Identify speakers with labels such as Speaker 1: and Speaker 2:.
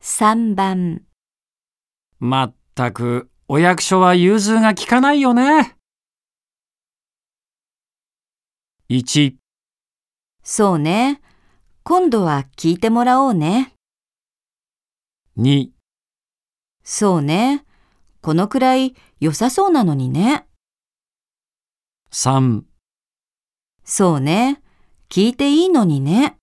Speaker 1: 3番、
Speaker 2: まったく、お役所は融通が利かないよね。1、
Speaker 1: そうね。今度は聞いてもらおうね。
Speaker 2: 2、
Speaker 1: そうね。このくらい良さそうなのにね。
Speaker 2: 3。
Speaker 1: そうね。聞いていいのにね。